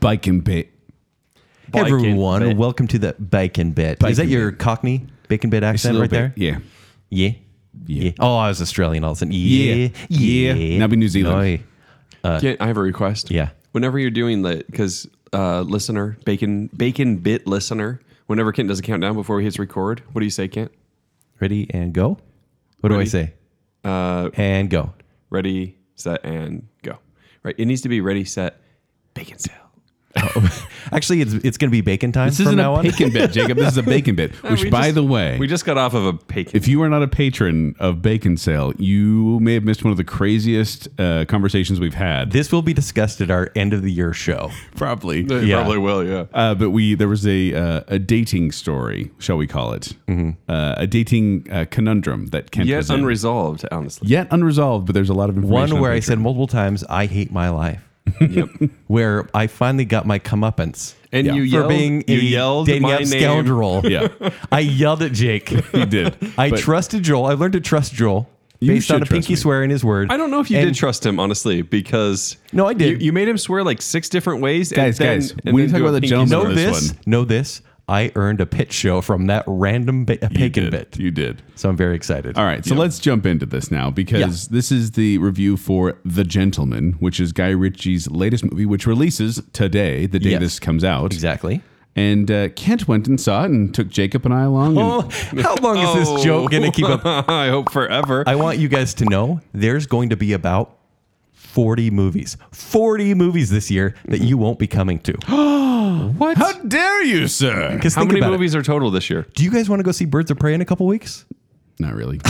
Bacon bit. Hey, Bacon everyone, bit. welcome to the bacon bit. Bacon Is that your bit. Cockney bacon bit It's a accent little right there? bit- Yeah. Yeah. Yeah. Oh, I was Australian all of a sudden. Yeah. Yeah. Yeah. Now be New Zealand. Oi. Can- I have a request. Yeah. Whenever you're doing the because uh, listener bacon bacon bit listener. Whenever Kent does a countdown before he hits record, what do you say, Kent? Ready and go. What do I Ready. say? Uh, And go. ready, set, and go. Right. It needs to be ready, set, bacon sale. Actually, it's it's going to be bacon time This from isn't now a on. bacon bit, Jacob. This is a bacon bit. Which, we by just- the way, We just got off of a bacon. if you are not a patron of Bacon Sale, you may have missed one of the craziest uh, conversations we've had. This will be discussed at our end of the year show. Probably. They yeah. probably will. Yeah. Uh, but we there was a uh, a dating story, shall we call it? Mm-hmm. Uh, a dating uh, conundrum that Kent Yet was in. unresolved, honestly. yet unresolved. But there's a lot of information. One on where I Patreon. said multiple times, "I hate my life." Yep. Where I finally got my comeuppance. And Yeah. you For for yelled, being you a yelled dating my app name. scoundrel. yeah, I yelled at Jake. he did. I But trusted Joel. I learned to trust Joel You based should on a trust pinky me. swear in his word. I don't know if you And- did trust him, honestly, because No, I did. You, you made him swear like six different ways. Guys, and then, guys, and we then need to talk do a about the pinky gentleman know swear. on this. this one. Know this. I earned a pit show from that random ba- you bacon did. bit. You did. So I'm very excited. All right, so let's jump into this now because this is the review for The Gentleman, which is Guy Ritchie's latest movie, which releases today, the day Yes. this comes out. Exactly. And uh, Kent went and saw it and took Jacob and I along. and- Oh, how long is this joke going to keep up? I hope forever. I want you guys to know there's going to be about 40 movies. 40 movies this year that you won't be coming to. what? How dare you, sir? Because How think many about it. movies are total this year? Do you guys want to go see Birds of Prey in a couple weeks? Not really.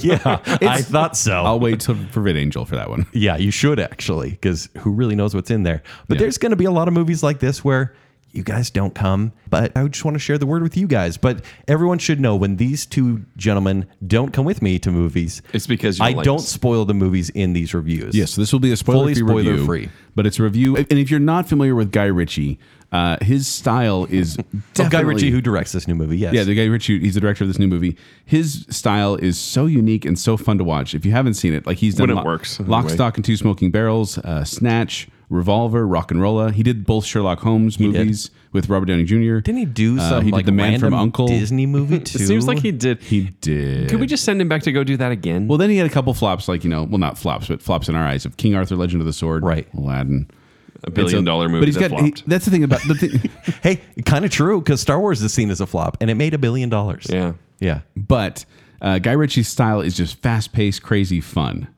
Yeah, I thought so. I'll wait till for Vid Angel for that one. Yeah, you should actually, because who really knows what's in there? But Yeah. there's going to be a lot of movies like this where you guys don't come. But I just want to share the word with you guys. But everyone should know when these two gentlemen don't come with me to movies, It's because you I don't like don't us. spoil the movies in these reviews. Yes, so this will be a spoiler Fully free review, spoiler-free. but it's a review. And if you're not familiar with Guy Ritchie, uh, his style is Of Guy definitely- Ritchie, who directs this new movie, yes. Yeah, the guy Richie, he's the director of this new movie. His style is so unique and so fun to watch. If you haven't seen it, like he's done When it works, in a Lock, way. Stock, and Two Smoking Barrels, uh, Snatch, Revolver, Rock and Rolla. He did both Sherlock Holmes did. movies with Robert Downey Jr. Didn't he do Uh, some he like did The Man from random Uncle. Disney movie It too? seems like he did. He did. Could we just send him back to go do that again? Well, then he had a couple flops, like you know, well, not flops, but flops in our eyes of King Arthur, Legend of the Sword, Right. Aladdin, a billion dollar movie. But he's that got. he- flopped. that's the thing about the thing. Hey, kind of true because Star Wars the scene is a flop and it made a billion dollars. yeah. yeah. But uh, Guy Ritchie's style is just fast paced, crazy fun.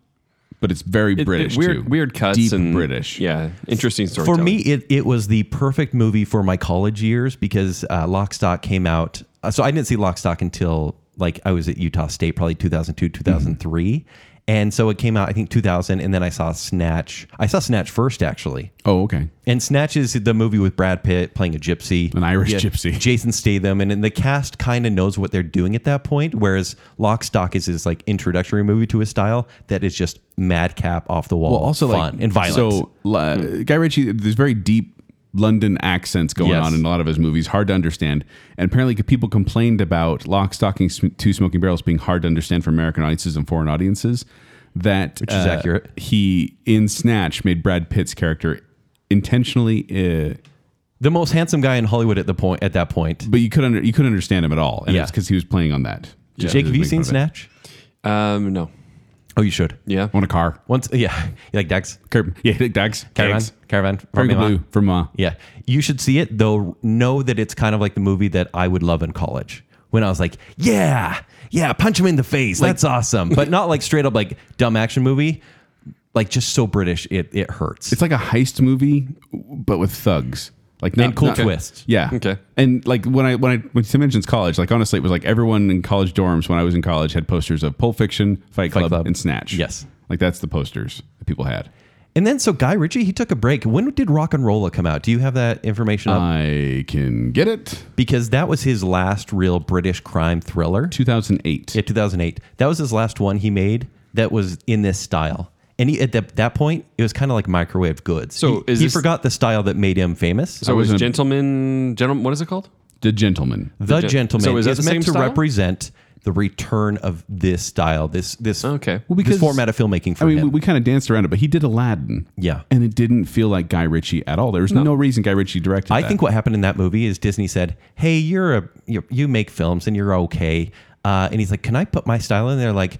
But it's very It- it- British. weird, too. weird cuts Deep and British. Yeah, interesting story. For me, it, it was the perfect movie for my college years because uh, Lock, Stock came out. Uh, so I didn't see Lock, Stock until like I was at Utah State, probably 2002, Mm-hmm. 2003. And so it came out, I think, 2000. And then I saw Snatch. I saw Snatch first, actually. Oh, okay. And Snatch is the movie with Brad Pitt playing a gypsy, An Irish gypsy. Jason Statham, and, and the cast kind of knows what they're doing at that point. Whereas Lock, Stock is his like introductory movie to his style that is just madcap, off the wall, Well, also fun like and violence. So la- Hmm. Guy Ritchie, there's very deep London accents going Yes. on in a lot of his movies, hard to understand. And apparently, c- people complained about Lock, Stock, and Sm- Two Smoking Barrels being hard to understand for American audiences and foreign audiences. That which is accurate. He in Snatch made Brad Pitt's character intentionally. Uh, the most handsome guy in Hollywood at the point at that point. but you could under, you couldn't understand him at all, and Yeah. it's because he was playing on that. Just Jake, to have you make fun seen of it. Snatch? um, no. Oh, you should. Yeah. On a car, Once, yeah, you like Dax, curb, yeah, Dags, Caravan, Dags, Caravan, Very Farmiga. blue from uh, Yeah, you should see it though. Know that it's kind of like the movie that I would love in college. When I was like, yeah, yeah, punch him in the face. That's awesome. But not like straight up like dumb action movie. Like just so British, it it hurts. It's like a heist movie, but with thugs. Like not, And cool not- twists. Yeah. Okay. And like when I when I when she mentions college, like honestly, it was like everyone in college dorms when I was in college had posters of Pulp Fiction, Fight Club, Club. and Snatch. Yes. Like that's the posters that people had. and then so Guy Ritchie, he took a break. When did Rock and Rolla come out? Do you have that information? Uh, up? I can get it. Because that was his last real British crime thriller. Two thousand eight. Yeah, 2008. That was his last one he made that was in this style. And he, at that that point, it was kind of like microwave goods. So he, is he this- forgot the style that made him famous. So it was wasn't- gentleman, gentleman. What is it called? The Gentleman. the Gen- gentleman So is that is the meant same to style? represent the return of this style, this this Okay. Well, this because- format of filmmaking for I mean, him. we, we kind of danced around it, but he did Aladdin. Yeah. And it didn't feel like Guy Ritchie at all. There was no, reason Guy Ritchie directed I that. think what happened in that movie is Disney said, "Hey, you're a you, you make films and you're okay," uh, and he's like, "Can I put my style in?" They're like,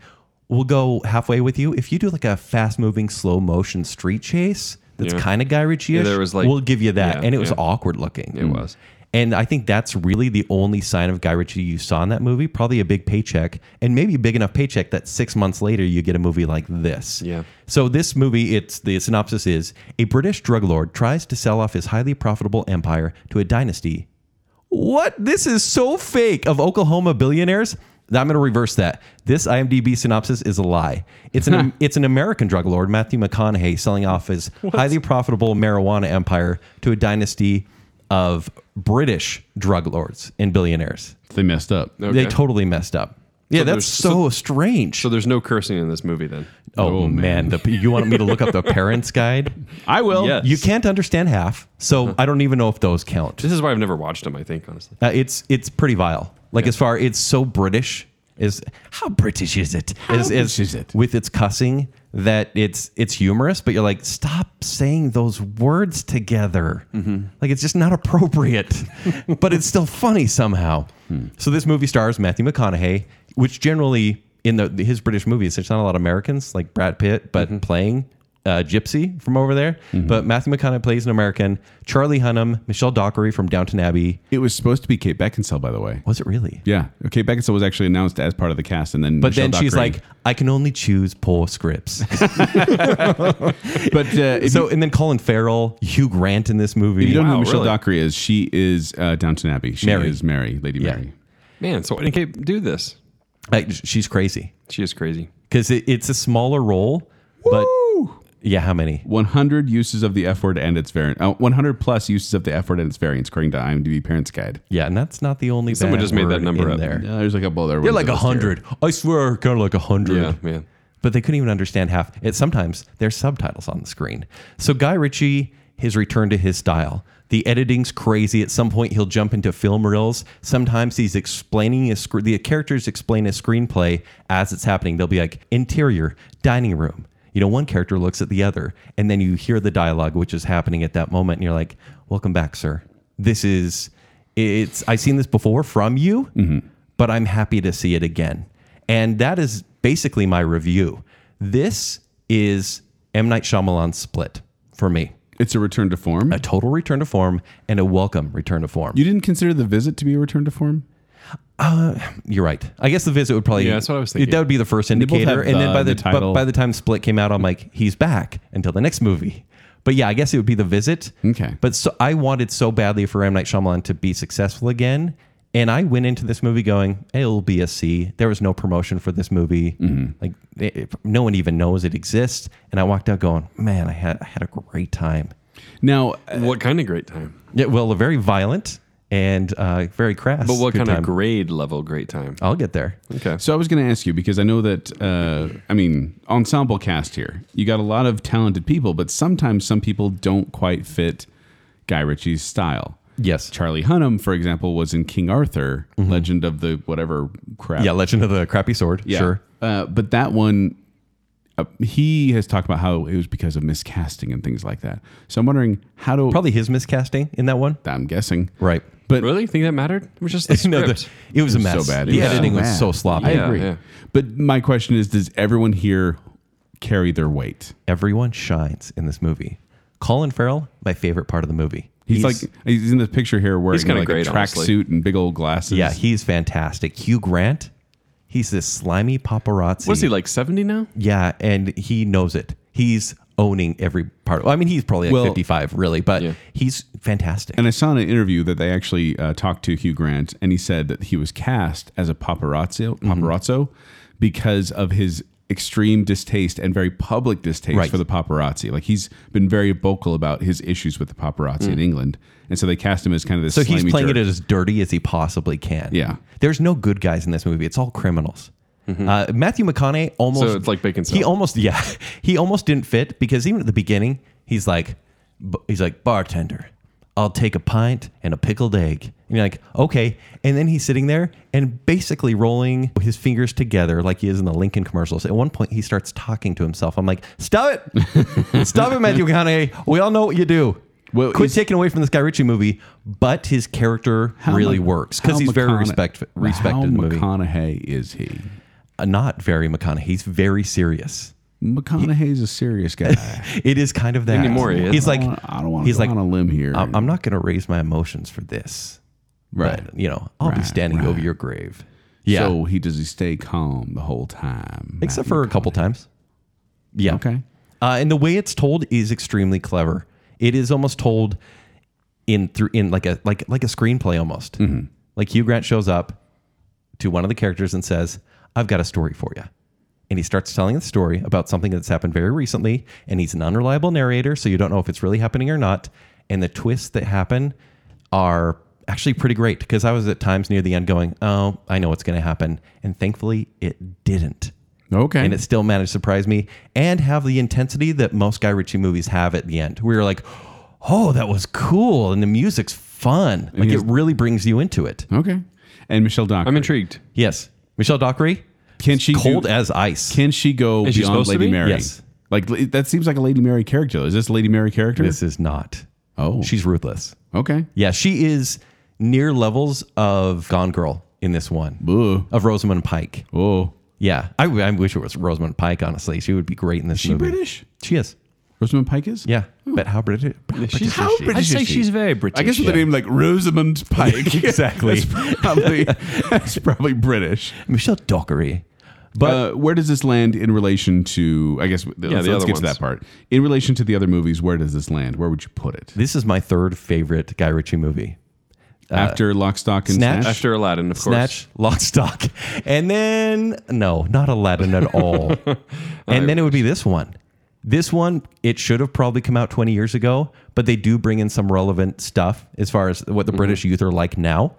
"We'll go halfway with you if you do like a fast moving slow motion street chase that's Yeah. kind of Guy Ritchie. Yeah, there was, like- we'll give you that," yeah, and it was yeah. awkward looking. It was. And I think that's really the only sign of Guy Ritchie you saw in that movie. Probably a big paycheck, and maybe a big enough paycheck that six months later you get a movie like this. Yeah. So this movie, it's the synopsis is a British drug lord tries to sell off his highly profitable empire to a dynasty. What? This is so fake of Oklahoma billionaires. I'm going to reverse that. This IMDb synopsis is a lie. It's an it's an American drug lord, Matthew McConaughey, selling off his highly profitable marijuana empire to a dynasty of British drug lords and billionaires. they messed up. Okay. They totally messed up. Yeah, that's there's- so, strange. So there's no cursing in this movie then. oh, Oh, man, The, you want me to look up the parents guide? I will. Yes. You can't understand half, so I don't even know if those count. This is why I've never watched them, I think, honestly. Uh, it's it's pretty vile. Like as far it's so British is how British is it? Is- British is it? with its cussing that it's it's humorous, but you're like stop saying those words together. Like it's just not appropriate, but it's still funny somehow. So this movie stars Matthew McConaughey, which generally in the his British movies there's not a lot of Americans like Brad Pitt, but playing. Uh, gypsy from over there, but Matthew McConaughey plays an American. Charlie Hunnam, Michelle Dockery from Downton Abbey, It was supposed to be Kate Beckinsale, by the way. was it really? Yeah. Kate Beckinsale was actually announced as part of the cast. And then But then she's Dockery- like, I can only choose poor scripts. but uh, if so, and then Colin Farrell, Hugh Grant in this movie. you don't know Wow, who Michelle really? Dockery is, she is uh, Downton Abbey. She Mary. is Mary, Lady Yeah. Mary. Man, so why didn't Kate do this? Like, sh- she's crazy She is crazy. because it, it's a smaller role. But yeah, how many? 100 uses of the F word and its variant. Uh, 100 plus uses of the F word and its variants, according to IMDb Parents Guide. Yeah, and that's not the only. Someone bad just made that word number in up. There, Yeah, there's like a couple other they're ones like that a was terrible. hundred. I swear, kind of like a hundred. Yeah, yeah. but they couldn't even understand half. It sometimes there's subtitles on the screen. So Guy Ritchie, his return to his style. The editing's crazy. At some point, he'll jump into film reels. Sometimes he's explaining his scr- the characters explain his screenplay as it's happening. They'll be like interior, dining room. You know, one character looks at the other, and then you hear the dialogue which is happening at that moment, and you're like, "Welcome back, sir. This is it's. I've seen this before from you, but I'm happy to see it again." And that is basically my review. This is M. Night Shyamalan's split for me. It's a return to form. A total return to form and a welcome return to form. You didn't consider the visit to be a return to form? You're right. I guess the visit would probably Yeah, that's what I was thinking. That would be the first both have indicator, and the- then by the the, title. but by the time Split came out, I'm Mm-hmm. like, he's back until the next movie. But yeah, I guess it would be the visit. Okay. But so I wanted so badly for M Night Shyamalan to be successful again, and I went into this movie going, it'll be a C. There was no promotion for this movie. Mm-hmm. Like it, it- no one even knows it exists. And I walked out going, man, I had I had a great time. Now, uh, What kind of great time? Yeah, well, a very violent and uh, very crass. But what good kind time. of grade level great time? I'll get there. Okay. so I was going to ask you because I know that, uh, I mean, ensemble cast here. You got a lot of talented people, but sometimes some people don't quite fit Guy Ritchie's style. Yes. Charlie Hunnam, for example, was in King Arthur, Legend of the whatever crap. Mm-hmm. Yeah, Legend of the Crappy Sword. Yeah. Sure. Uh, but that one, uh, he has talked about how it was because of miscasting and things like that. So I'm wondering how do probably his miscasting in that one. I'm guessing Right. but really? Think that mattered? It was just the No, script. the- it was a mess. so bad. It The was so editing was bad. so sloppy. I Yeah, agree. yeah. But my question is, does everyone here carry their weight? Everyone shines in this movie. Colin Farrell, my favorite part of the movie. He's, like he's in this picture here wearing kinda like great, a honestly. tracksuit and big old glasses. yeah, he's fantastic. Hugh Grant, he's this slimy paparazzi. What's he like 70 now? Yeah, and he knows it. He's owning every part. Well, I mean, he's probably like Well- 55, really, but Yeah. he's fantastic. And I saw in an interview that they actually uh, talked to Hugh Grant, and he said that he was cast as a paparazzo, paparazzo, because of his extreme distaste and very public distaste Right. for the paparazzi. Like he's been very vocal about his issues with the paparazzi in England, and so they cast him as kind of this. so he's slimy playing jerk. it as dirty as he possibly can. Yeah. There's no good guys in this movie. It's all criminals. Uh, Matthew McConaughey almost Mm-hmm. So it's like bacon He salad. almost yeah, he almost didn't fit because even at the beginning he's like b- he's like bartender. I'll take a pint and a pickled egg. And you're like, okay. And then he's sitting there and basically rolling his fingers together like he is in the Lincoln commercials. At one point, he starts talking to himself. I'm like, stop it. stop it, Matthew McConaughey. We all know what you do. Well, Quit is- taking away from this Guy Ritchie movie, but his character really How Mc- works because how he's very McCona- respect, respected How in the movie. McConaughey is he? Uh, not very McConaughey. He's very serious. McConaughey's a serious guy. It is kind of that Anymore, he is. He's like, I don't- I don't want to he's go like, on a limb here. I'm, I'm not going to raise my emotions for this. right. But, you know, I'll be Right, standing right. over your grave. Yeah. So he does he stay calm the whole time? Except Matthew for a couple times. Yeah. Okay. Uh, and the way it's told is extremely clever. It is almost told in through in like a like like a screenplay almost. Like Hugh Grant shows up to one of the characters and says, "I've got a story for you." And he starts telling the story about something that's happened very recently, and he's an unreliable narrator, so you don't know if it's really happening or not. And the twists that happen are actually pretty great because I was at times near the end going, "Oh, I know what's going to happen," and thankfully it didn't Okay. and it still managed to surprise me and have the intensity that most Guy Ritchie movies have at the end. We were like, oh, that was cool, and the music's fun. Like it really brings you into it. okay. And Michelle Dockery. I'm intrigued. Yes, Michelle Dockery, can she cold do- as ice. Can she go Is she beyond supposed to Lady be? Mary? Yes. Like li- that seems like a Lady Mary character. Is this a Lady Mary character? this is not. oh, She's ruthless. okay. Yeah, she is near levels of Gone Girl in this one Ugh. of Rosamund Pike. Oh, Yeah, I, I wish it was Rosamund Pike. Honestly, she would be great in this she movie. British. She is. Rosamund Pike is. Oh. Yeah, but how British? British how is she? British I'd say is she? she's very British, I guess with yeah. the name like Rosamund Pike, Exactly. that's probably that's probably British. Michelle Dockery. But But where does this land in relation to? I guess let's, the let's get other to ones. that part. In relation to the other movies, where does this land? Where would you put it? This is my third favorite Guy Ritchie movie. After Lock, Stock, and Uh, Snatch? Snatch. After Aladdin, of course. Snatch, Lock, Stock, and then no, not Aladdin at all. and then it would be this one. This one, it should have probably come out 20 years ago, but they do bring in some relevant stuff as far as what the Mm-hmm. British youth are like now.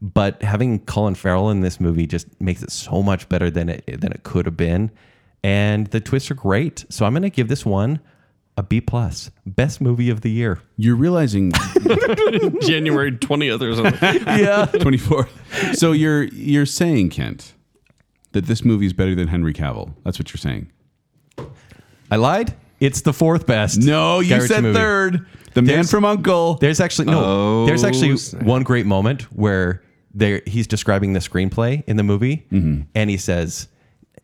But having Colin Farrell in this movie just makes it so much better than it than it could have been, and the twists are great. So I'm going to give this one a B plus, best movie of the year. You're realizing January 20th or something. Yeah. 24. So you're you're saying Kent that this movie is better than Henry Cavill. That's what you're saying. I lied. It's the fourth best. No, you Guy Ritchie said movie. third. The man There's- from Uncle. There's actually no. Oh, there's actually snap. one great moment where there he's describing the screenplay in the movie, Mm-hmm. and he says.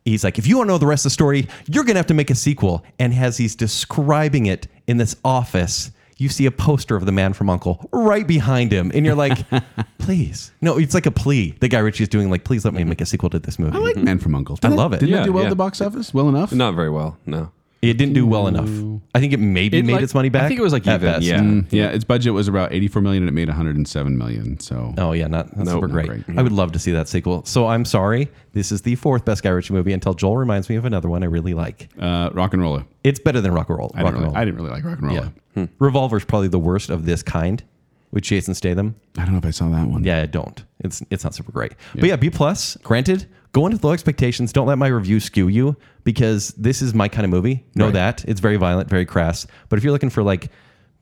He's like, if you want to know the rest of the story, you're going to have to make a sequel. And as he's describing it in this office, you see a poster of the man from Uncle right behind him. And you're like, please. No, it's like a plea. The guy Richie's doing, like, please let me Mm-hmm. make a sequel to this movie. I like Man from Uncle. Didn't love it. Didn't Yeah, it do well yeah. at the box office? Well enough. Not very well, no. it didn't do well enough. I think it maybe made like- its money back. I think it was like at even, best. yeah. Mm, yeah, its budget was about 84 million and it made 107 million. So Oh yeah, not that's No, super not great. great. I would love to see that sequel. So I'm sorry, this is the fourth best Guy Ritchie movie until Joel reminds me of another one I really like. uh, Rock and Roller. It's better than Rock and Roll. I Oh. Rock didn't, really, and Roll. I Hmm. didn't really like Rock and Roller. yeah. Revolver's probably the worst of this kind with Jason Statham. I don't know if I saw that one. Yeah, I don't. It's it's not super great. But yeah, B plus. Granted, go into low expectations. Don't let my review skew you because this is my kind of movie. Know Right. that it's very violent, very crass. But if you're looking for like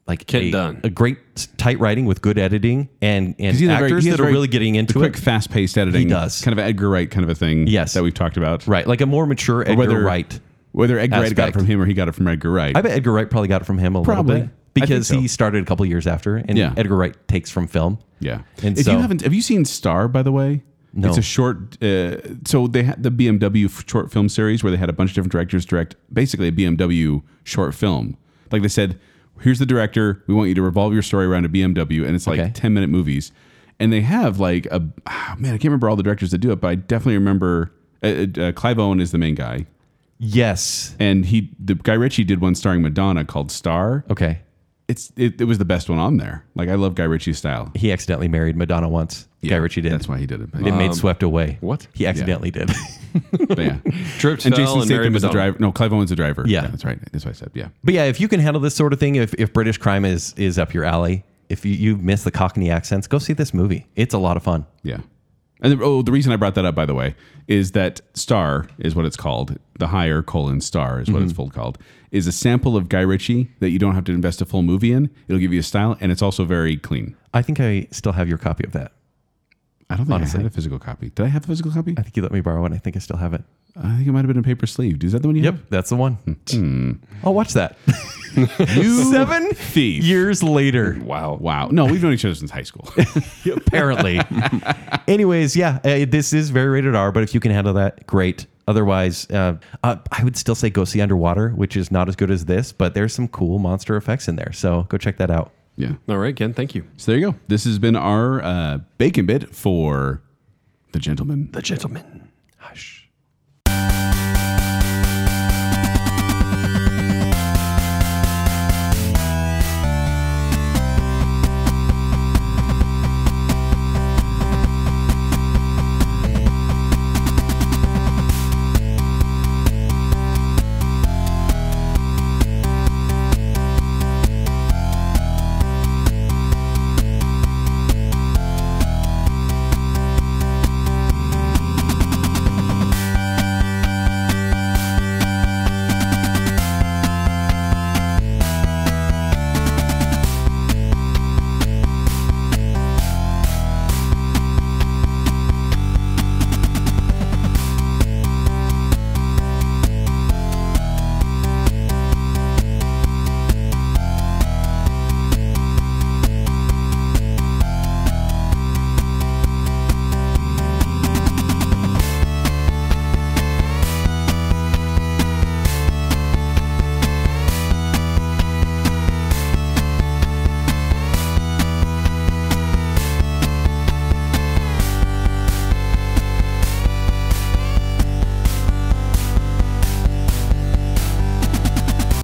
like Get a, done. a great tight writing with good editing and and He's either very- actors he has that are very- really getting the into quick, it. fast paced editing. He does. Kind of Edgar Wright kind of a thing. Yes. That we've talked about. Right, like a more mature Edgar whether- Wright. Whether Edgar Wright got it Aspect. from him or he got it from Edgar Wright. I bet Edgar Wright probably got it from him a Probably. little bit I think because so. he started a couple years after, and Yeah. Edgar Wright takes from film. Yeah. And if so- you haven't, have you seen Star? By the way, No. It's a short. Uh, so they had the BMW f- short film series where they had a bunch of different directors direct basically a BMW short film. Like they said, here's the director. We want you to revolve your story around a BMW, and it's like Okay. ten minute movies. And they have like a ah, man. I can't remember all the directors that do it, but I definitely remember. Uh, uh, Clive Owen is the main guy, Yes. and he the guy Ritchie did one starring Madonna called Star. Okay. It's it, it was the best one on there. Like I love Guy Ritchie's style. He accidentally married Madonna once. Guy Ritchie did. That's um, why he did it. But- it made swept away. what? He accidentally did. but yeah. Tripped, and fell, Jason and married Statham is the Madonna. driver. No, Clive Owen's the driver. Yeah. that's right. That's what I said. Yeah, but yeah, if you can handle this sort of thing, if, if British crime is is up your alley, if you, you miss the Cockney accents, go see this movie. It's a lot of fun. yeah. And the, oh, the reason I brought that up, by the way, is that Star is what it's called. The higher colon Star is what it's full called. Is a sample of Guy Ritchie that you don't have to invest a full movie in. It'll give you a style, and it's also very clean. I think I still have your copy of that. I don't think I had a physical copy. Did I have a physical copy? I think you let me borrow it. and I think I still have it. I think it might have been a paper sleeved. Is that the one you Yep, that's the one. I'll watch that. have? Hmm. You Seven thief. years later, wow. Wow. No, we've known each other since high school. apparently. Anyways, yeah, uh, this is very rated R, but if you can handle that, great. Otherwise, uh, uh, I would still say go see Underwater, which is not as good as this, but there's some cool monster effects in there. So go check that out. yeah. All right, Ken. Thank you. So there you go. This has been our uh, bacon bit for the gentleman. The gentleman. Hush.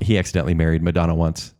He accidentally married Madonna once.